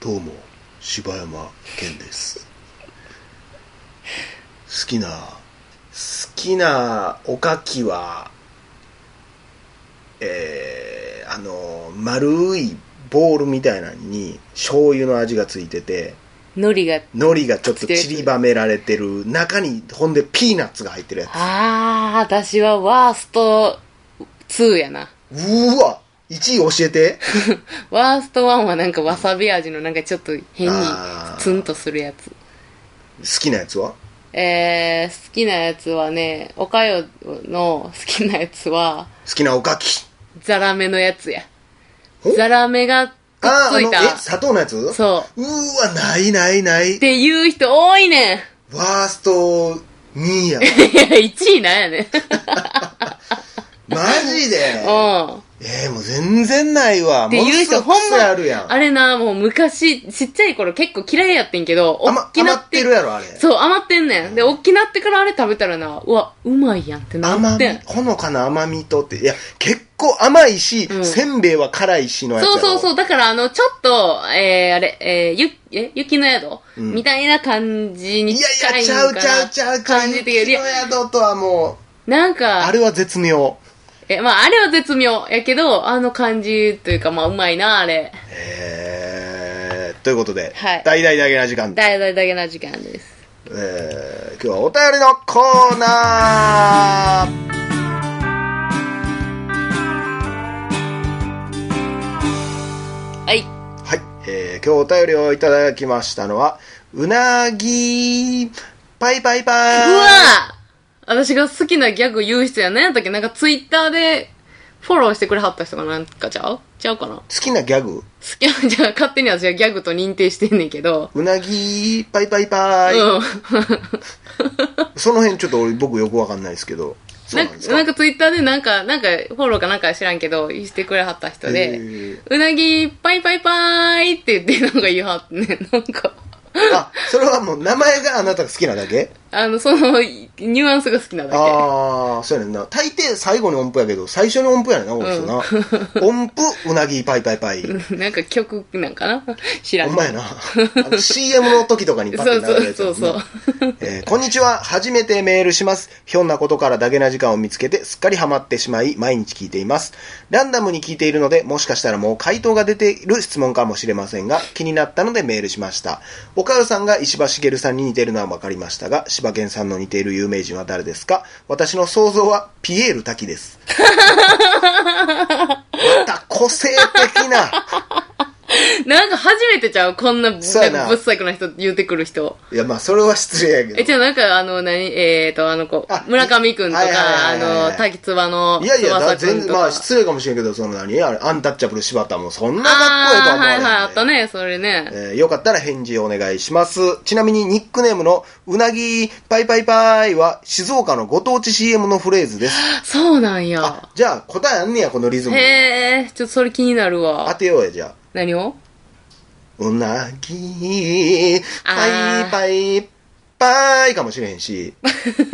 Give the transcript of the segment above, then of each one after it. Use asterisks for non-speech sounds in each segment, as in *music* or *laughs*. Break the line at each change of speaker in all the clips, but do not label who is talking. どうも柴山健です好きな好きなおかきはえーあの丸いボールみたいなのに醤油の味がついてて
海苔が
海苔がちょっと散りばめられてる中にほんでピーナッツが入ってるやつ
ああ私はワースト2やな
うーわ1位教えて
ワースト1はなんかわさび味のなんかちょっと変に
あー
ツンとするやつ
好きなやつは
えー、好きなやつはねおかよの好きなやつは
好きなおかき
ザラメのやつや
ほ
ザラメがくっ
あー
つ
あ
い
の
た
え砂糖のやつ
そう
ーわないないない
っていう人多いねんい
ワースト2位
*laughs*
や
や1位なんやねん
マジで
うん
えー、もう全然ないわ
っていう人
も
ほ
の
ん
すごい
ま、
あるやん
あれな、もう昔、ちっちゃい頃結構嫌いやってんけど、
あま
おっきな
余ってるやろあれ
そう、余ってんねん。で、おっきなってからあれ食べたらな、うわ、うまいやんってな
甘
っ
み
てん。
ほのかな甘みとっていや結構甘いし、
うん
せんべいは辛いしのやつや
そ
ろ
うそうそう。だから、あの、ちょっと、えー、あれ、えー、ゆ、え、雪の宿、
うん
みたいな感じに
いやい
近
や
いん
ち
かな
ゃうちゃうちゃうちゃう
感じてより
雪の、宿とはもう
なんか、
あれは絶妙
え、まあ、あれは絶妙やけど、あの感じというか、まあ、うまいな、あれ。
えー、ということで、
はい
大々だけな時間、
だいだいだけな時間です。
えー、今日はお便りのコーナー
はい。
はい、えー、今日お便りをいただきましたのは、うなぎバイバイバイ
うわ私が好きなギャグ言う人や何やったっけなんかツイッターでフォローしてくれはった人がなんかちゃうちゃうかな好
好きなギャグ
きな、じゃあ勝手に私はギャグと認定してんねんけど。
うなぎバイバイバイ、
うん。
その辺ちょっと俺僕よくわかんないですけど。そう
な
なんですか
なんかツイッターでなんか、なんかフォローかなんか知らんけど、してくれはった人
へ
で
ー、
うなぎパイパイパーイって言ってなんか言うはってね、なんか。
あ、それはもう名前があなたが好きなだ
*laughs*
け
あの、その、ニュアンスが好きなだけ。
ああ、そうやねんな。大抵最後に音符やけど、最初に音符やねんな、この人な。
*laughs*
音符、うなぎパイパイパイ。
なんか曲なんかな知ら
ほ
ん
ん
け
まや
ど。
な。あの CM の時とかにパ
そ
ッ
う
て
そ
流れ
う
る
そうそう。
*laughs* えーこんにちは。初めてメールします。ひょんなことからだけな時間を見つけて、すっかりハマってしまい、毎日聞いています。ランダムに聞いているので、もしかしたらもう回答が出ている質問かもしれませんが、気になったのでメールしました。おかよさんが石破茂さんに似ているのはわかりましたが、柴犬さんの似ている有名人は誰ですか私の想像は、ピエール滝です。また個性的な。
なんか初めてちゃうこんなぶ
そうやな
なんかぶっさくな人言うてくる人。
いや、まあ、それは失礼やけど。
え、じゃあなんかあの、何えっ、ー、と、あの子
あ、
村上くんと
はい
か、
は
あ
いはいはい
の、滝つばの
いやいや、だ
翼く
全
ん
然、
と
ま
か。
あ失礼かもしれんけど、その何あれ、アンタッチャブル柴田もそんなかっこいいとは
あ
思
あ
われへ
ー、はい
ん
はい、あったね、それね。
えーよかったら返事をお願いします。ちなみにニックネームのうなぎパイパイパイは静岡のご当地 CM のフレーズです。
そうなんや
あ。、じゃあ答えあんねや、このリズム。
へえ、ちょっとそれ気になる
当
わ。
てようや、じゃあ。
何を *laughs*
うなぎパイパイパイかもしれへんし、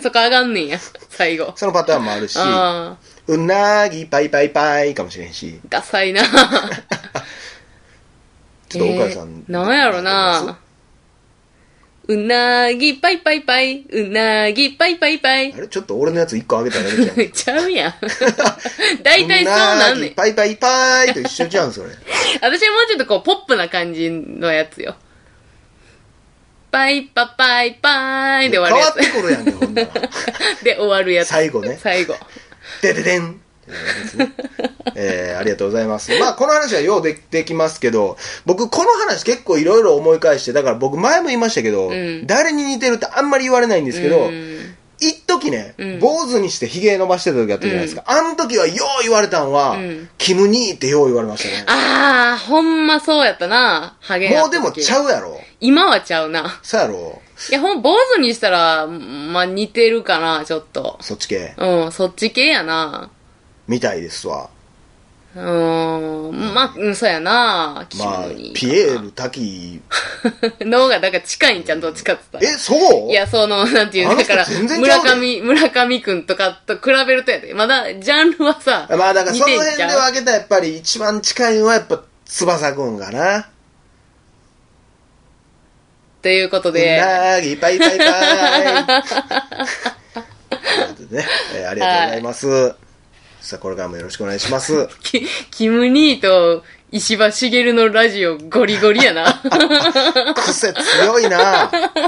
そこ上がんねんや、最後。
そのパターンもあるし、
*laughs* ああ、
うなぎパイパイパイかもしれへんし、
ダサいな。
*laughs* ちょっと岡谷さん。
えーなんやろな。うなぎパイパイパイ、うなぎパイパイパイ
あ。れちょっと俺のやつ一個あげただけじゃん。
*laughs* ちゃうやん。大体そうなんねん。
パイパイパイと一緒じゃん、そ
*laughs*
れ。
私はもうちょっとこう、ポップな感じのやつよ。パイパパイパイで
変
終わ
わっ
る
てくるやんけ、ほんなら。 *laughs*
や *laughs* つ。で終わるやつ。
最後ね
最後。
でででん。えー、ありがとうございます。まあ、この話はようでできますけど、僕、この話結構いろいろ思い返して、だから僕前も言いましたけど、
ん
誰に似てるってあんまり言われないんですけ
う
ど、
ん
一時ね、
ん
坊主にして髭伸ばしてた時あったじゃないですか。あの時はよう言われたんは、
うん
キム兄ってよう言われましたね。
あー、ほんまそうやったな。ハゲや
も
っ
う
た
で
時
もちゃうやろ。
今はちゃうな。
そうやろ。
いや、ほん、坊主にしたら、まあ、似てるかな、ちょっと。
そっち系。
うん、そっち系やな。
みたいですわ。
うーん、まあ、うん、そうやな。キ
まあ
ムに、
ピエール滝
*laughs* 脳が、だから近いんちゃん、どっちかって言ったら
え、そう
いや、その、 *laughs* なんていう
あ
の、
の
だ
人
から、
全然ちゃ
村
うで
上、村上くんとかと比べるとやで、まだ、ジャンルはさ、
まあだからその
似てん
辺
ち
で
ゃう
分けたらやっぱり一番近いのはやっぱ翼くんかな。
っていうこと
う
で、
なぎ、パイ
*laughs*
パイパイ。ということでね、えーありがとうございます。さあ、これからもよろしくお願いし
*laughs*
ます。
キキム兄と石破茂のラジオゴリゴリ
*laughs*
やな。
癖強いなあ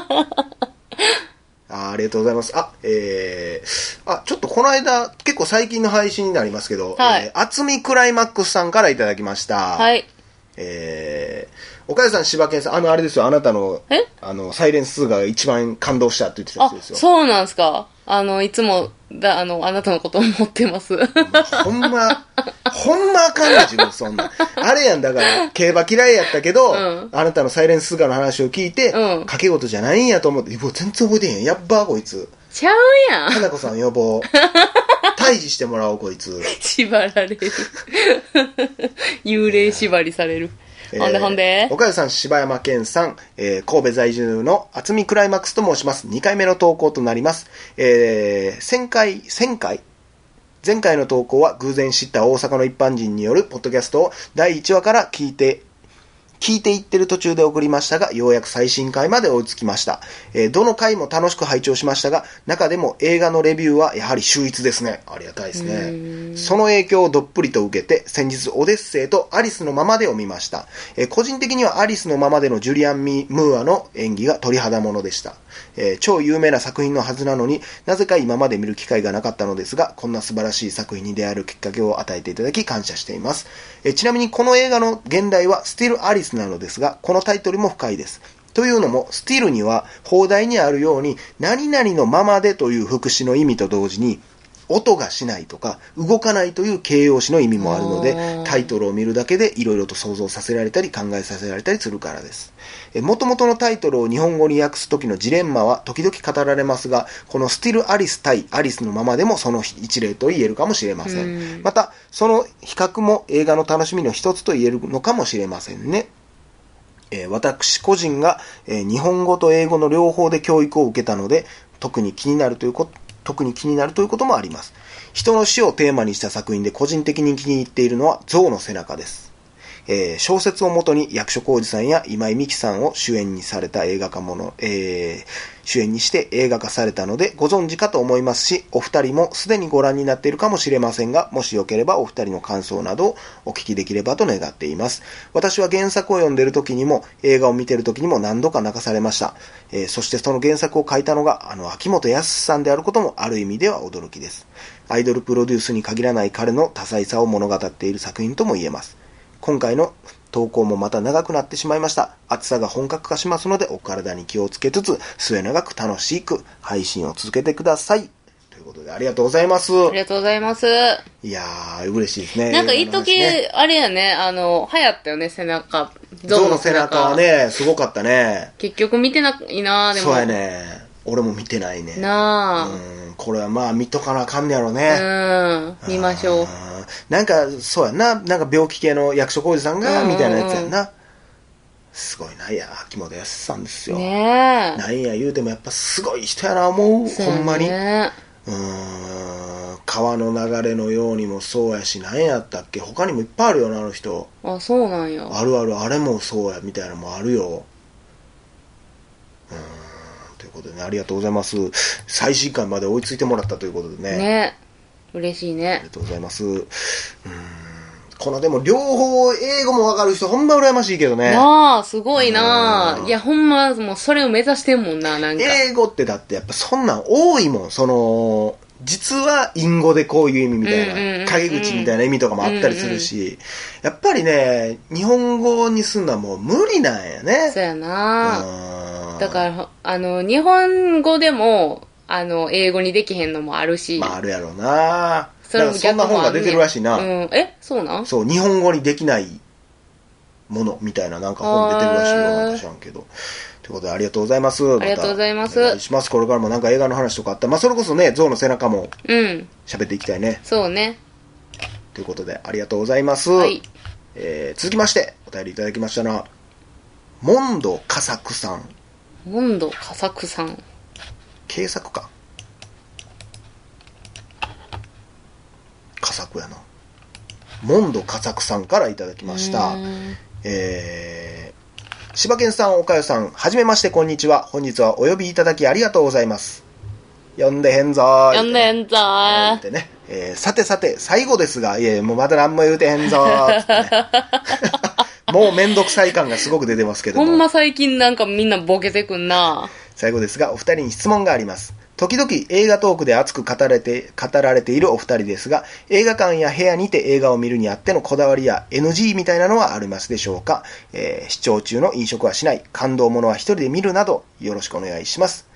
ーありがとうございます。あ、えー、あ、ちょっとこの間、結構最近の配信になりますけど、
はい
えー厚みクライマックスさんからいただきました。
はい。
えー、岡谷さん、柴犬さん、あの、あれですよ、あなたの
え、
あの、サイレンス2が一番感動したって言ってたや
あ
つ、ですよ。
そうなんすか。あの、いつも、だ、あの、あなたのことを思ってます。
ほんま、ほんまあかんね自分そんな。あれやん、だ
*laughs*
から、競馬嫌いやったけど、
うん
あなたのサイレンススガの話を聞いて、
うん
掛け事じゃないんやと思って、うわ全然覚えてへんやん。やっばーこいつ。
*laughs* ちゃうやん。
花子さん予
*laughs*
防。退治してもらおう、こいつ。
縛られる。幽霊縛りされる。ほんでほんで。
岡谷さん、柴山健さん、えー神戸在住の厚みクライマックスと申します。2回目の投稿となります。えー、1000回、1000回前回の投稿は偶然知った大阪の一般人によるポッドキャストを第1話から聞いて、聞いていってる途中で送りましたが、ようやく最新回まで追いつきました。えーどの回も楽しく拝聴しましたが、中でも映画のレビューはやはり秀逸ですね。ありがたいですね。その影響をどっぷりと受けて、先日オデッセイとアリスのままでを見ました。えー個人的にはアリスのままでのジュリアン・ミムーアの演技が鳥肌ものでした。えー超有名な作品のはずなのになぜか今まで見る機会がなかったのですがこんな素晴らしい作品に出会えるきっかけを与えていただき感謝しています、えーちなみにこの映画の現代は「スティル・アリス」なのですがこのタイトルも深いですというのも、スティルには、放題にあるように、何々のままでという副詞の意味と同時に、音がしないとか、動かないという形容詞の意味もあるの
あ
で
ー、
タイトルを見るだけでいろいろと想像させられたり考えさせられたりするからです。もともとのタイトルを日本語に訳す時のジレンマは時々語られますが、このスティル・アリス対アリスのままでもその一例と言えるかもしれませ。
うんん
また、その比較も映画の楽しみの一つと言えるのかもしれませんね。えー私個人が、えー日本語と英語の両方で教育を受けたので、特に気になるということ、特に気になるということもあります。人の死をテーマにした作品で個人的に気に入っているのは象の背中です。えー小説をもとに役所広司さんや今井美樹さんを主演にされた映画化もの、えー主演にして映画化されたのでご存知かと思いますし、お二人もすでにご覧になっているかもしれませんが、もしよければお二人の感想などをお聞きできればと願っています。私は原作を読んでいる時にも、映画を見ている時にも何度か泣かされました。えーそしてその原作を書いたのが、あの、秋元康さんであることもある意味では驚きです。アイドルプロデュースに限らない彼の多彩さを物語っている作品とも言えます。今回の投稿もまた長くなってしまいました。暑さが本格化しますので、お体に気をつけつつ、末永く楽しく配信を続けてください。ということで、ありがとうございます。
ありがとうございます。
いやー、嬉しいですね。
なんか、
映
一
画の話ね
時、あれやね、あの、流行ったよね、背中。
ゾウの背中は。ね、すごかったね。
結局見てないなでも。
そうやね。俺も見てないね。
なあ。
うん、これはまあ見とかなあかんねやろね。
うん、見ましょう。
あーなんか、そうやな。なんか病気系の役所広司さんが、
うんうんうん
みたいなやつやんな。すごいな。いや、秋元康さんですよ。
ね
なんや言うてもやっぱすごい人やな、思う。
え。
ほんまに。
そう
う
やね
ーん。川の流れのようにもそうやし、何やったっけ他にもいっぱいあるよな、あの人。
あ、そうなんや。
あるある、あれもそうや、みたいなのもあるよ。うーん、ということでね、ありがとうございます。最新回まで追いついてもらったということでね。
ねえ。嬉しい
あり
ね。
がとうございます。うーん。このでも、両方、英語もわかる人、ほんま羨ましいけどね。
なあ、すごいな
う
あ。
ん
いや、ほんま、もうそれを目指してんもんな、なんか。
英語ってだって、やっぱそんなん多いもん。その、実は、隠語でこういう意味みたいな、
うんうんうん
陰口みたいな意味とかもあったりするし、やっぱりね、日本語にすんのはもう無理なんやね。
そうやな
うーん
だから、あの、日本語でも、あの、英語にできへんのもあるし。
まあ、あるやろうな。
そ
だ
れ
か
も
らそんな
逆も
本
あ
が
るね
出てるらしいな。
うん。え、そうなん
そう、日本語にできないものみたいななんか本出てるらしいよ。
へー
なんか知らんけど。ということで、ありがとうございます。あ
りがとうございます
お願いします。これからもなんか映画の話とかあったら、まあ、それこそね、象の背中も
うん。
喋っていきたいね。
そうね。
ということで、ありがとうございます。
はい。
えー続きまして、お便りいただきましたのは、モンド佳作さん。
モンド佳作さん。
軽作か。佳作やな。モンド佳作さんからいただきました。
うーん
え柴犬さん、おかよさん、はじめまして、こんにちは。本日はお呼びいただきありがとうございます。呼んでへんぞーい。
やんでへんぞ
言っ
ー。
てね、えーさてさて、最後ですが、いやいやもうまだ何も言うてへんぞーっつってね *laughs* もうめんどくさい感がすごく出てますけど
ほ
も。
んま最近なんかみんなボケてくんな。
最後ですが、お二人に質問があります。時々映画トークで熱く語られて、語られているお二人ですが、映画館や部屋にて映画を見るにあってのこだわりや NG みたいなのはありますでしょうか、えー視聴中の飲食はしない、感動ものは一人で見るなど、よろしくお願いします。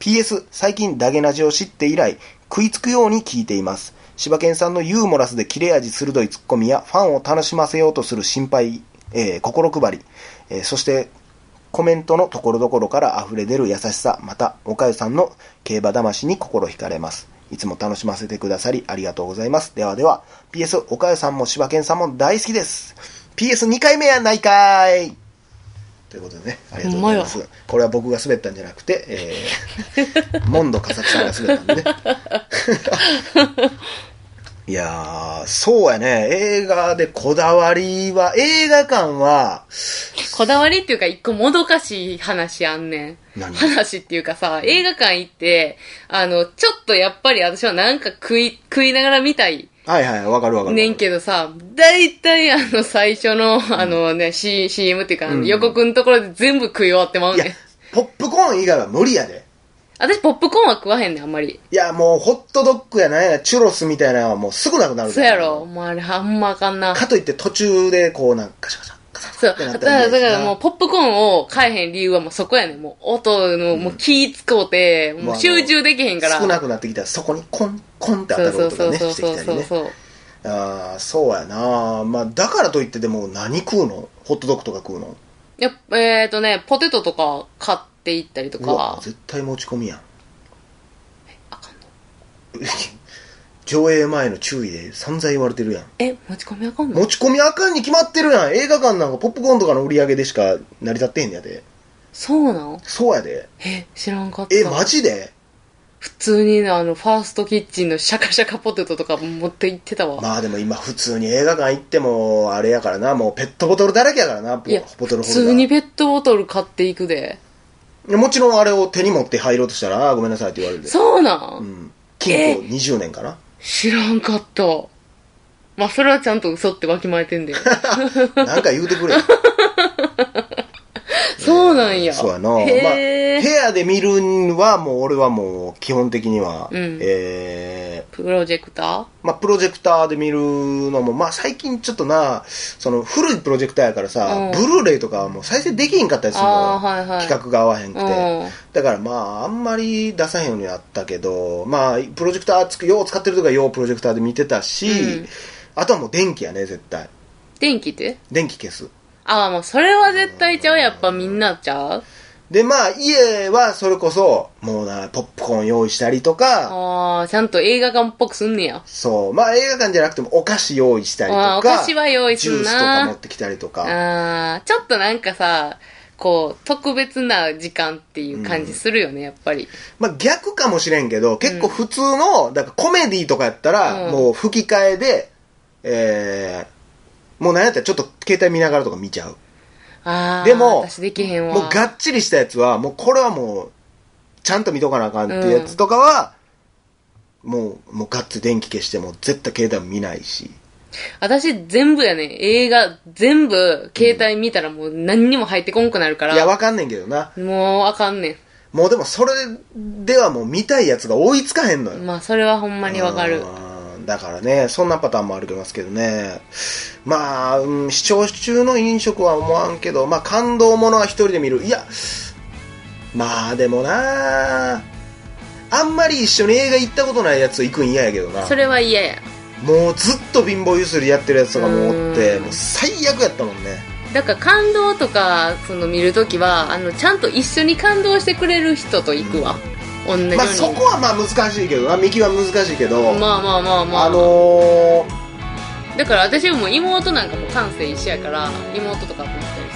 PS、最近ダゲナジを知って以来、食いつくように聞いています。柴犬さんのユーモラスで切れ味鋭いツッコミや、ファンを楽しませようとする心配、えー心配り、えーそして、コメントのところどころから溢れ出る優しさ、また、おかゆさんの競馬魂に心惹かれます。いつも楽しませてくださり、ありがとうございます。ではでは、PS、おかゆさんも柴犬さんも大好きです。PS2 回目やないかーいということでね、ありがとうございま
ほん
す。これは僕が滑ったんじゃなくて、え
*laughs*
ー、モンド笠木さんが滑ったんでね。いやー、そうやね。映画でこだわりは、映画館は、
こだわりっていうか一個もどかしい話あんねん。
何
話っていうかさ、映画館行って、あの、ちょっとやっぱり私はなんか食い、食いながら見たい。
はいはい、わかるわかる。
ねんけどさ、大体あの最初の、あのね、C、CM っていうか、あの
うん
予告のところで全部食い終わってまう
いや
ねん。、
ポップコーン以外は無理やで。
私ポップコーンは食わへんねん、あんまり。
いや、もうホットドッグやなんや、チュロスみたいなのはもうすぐなくなるか
そう
ら
やろもうあれあんまあかんな。
かといって途中でこうなんかカシャカシャ、カサカ
そ
サ
う
って。な
だ
っ
か
たら
ら、
嫌
だ
やし
から
な
もう、ポップコーンを買えへん理由はもうそこやねん。もう、音の、もう気使うて、もう集中できへんから。
少なくなってきたらそこにコン、コンって当
そ
た
うそ
る音が
うそう
ね、
そう
して
そう
きた
そ
り
う
ね。
そう。
ああ、そうやなまあだからといってでも何食うのホットドッグとか食うの
やっぱえっ、とね、ポテトとか買っていったりと
うわ
か、。
絶対持ち込みやん。
あかんの
*laughs* 上映前の注意で散々言われてるやん。
え、持ち込みあかんの
持ち込みあかんに決まってるやん。映画館なんかポップコーンとかの売り上げでしか成り立ってへんねやで。
そうなん
そうやで。
え、知らんかった。
え、マジで
普通にねあの、ファーストキッチンのシャカシャカポテトとか持って行ってたわ。
まあでも今普通に映画館行ってもあれやからなもうペットボトルだらけやからない
や、
ボトルホル
普
ダ
通
ー
にペットボトル買っていくで。
もちろんあれを手に持って入ろうとしたらあーごめんなさいって言われるで、
そうなん、
うん、金庫20年かな
知らんかった。まあ、それはちゃんと嘘ってわきまえてんで。
なんか言うて
*laughs*
くれ
そうなんや。
そうやな、まあ、
へ
部
え。
屋で見るんはもう俺はもう基本的には、
うん
えー
プロジェクタ
まあ、プロジェクターで見るのも、まあ、最近ちょっとな、その古いプロジェクターやからさ、
うん
ブルーレイとかはもう再生できへんかったりするのよ、
あーはいはい
企画が合わへんくて、
うん
だからまあ、あんまり出さへんようになったけど、まあ、プロジェクターつく、よう使ってるとかようプロジェクターで見てたし、
うん
あとはもう電気やね、絶対。
ー電気って
電気消す。
ああ、もうそれは絶対ちゃう。やっぱみんなちゃう
で、まあ、家はそれこそ、もうな、ポップコーン用意したりとか、
ああ、ちゃんと映画館っぽくすんねや。
そう、まあ映画館じゃなくてもお菓子用意したりと
あ
か、
ーお菓子は用意す
ジ
ん
ュ
な
ースとか持ってきたりとか。
ああ、ちょっとなんかさ、こう、特別な時間っていう感じするよね、やっぱり。
まあ、逆かもしれんけど、結構普通の、だからコメディとかやったら、
うん
もう吹き替えで、えー、もうなんやったらちょっと携帯見ながらとか見ちゃう。
ああ、
でも
私できへんわ。
もうがっちりしたやつは、もうこれはもう、ちゃんと見とかなあかんっていうやつとかは、もう、もうガッツ電気消しても絶対携帯見ないし。
私全部やね、映画全部、携帯見たらもう何にも入ってこんくなるか
いや、
ら。
わかんねんけどな。
もうあかんね
もうでもそれではもう見たいやつが追いつかへんのよ。
ん。まあ、それはほんまにわかる。
うんだからねそんなパターンもありますけどねまあ、うん、視聴中の飲食は思わんけどまあ感動ものは一人で見るいやまあでもなあんまり一緒に映画行ったことないやつ行くん嫌やけどな
それは嫌や。
もうずっと貧乏ゆすりやってるやつとかもおって
うん
もう最悪やったもんね
だから感動とか、その見るときは、あの、ちゃんと一緒に感動してくれる人と行くわ。同じように。
まあそこはまあ難しいけどな見極め難しいけど、
まあまあまあまあ。
あのー
だから私はもう妹なんかも感性一緒やから、妹とかと行ったり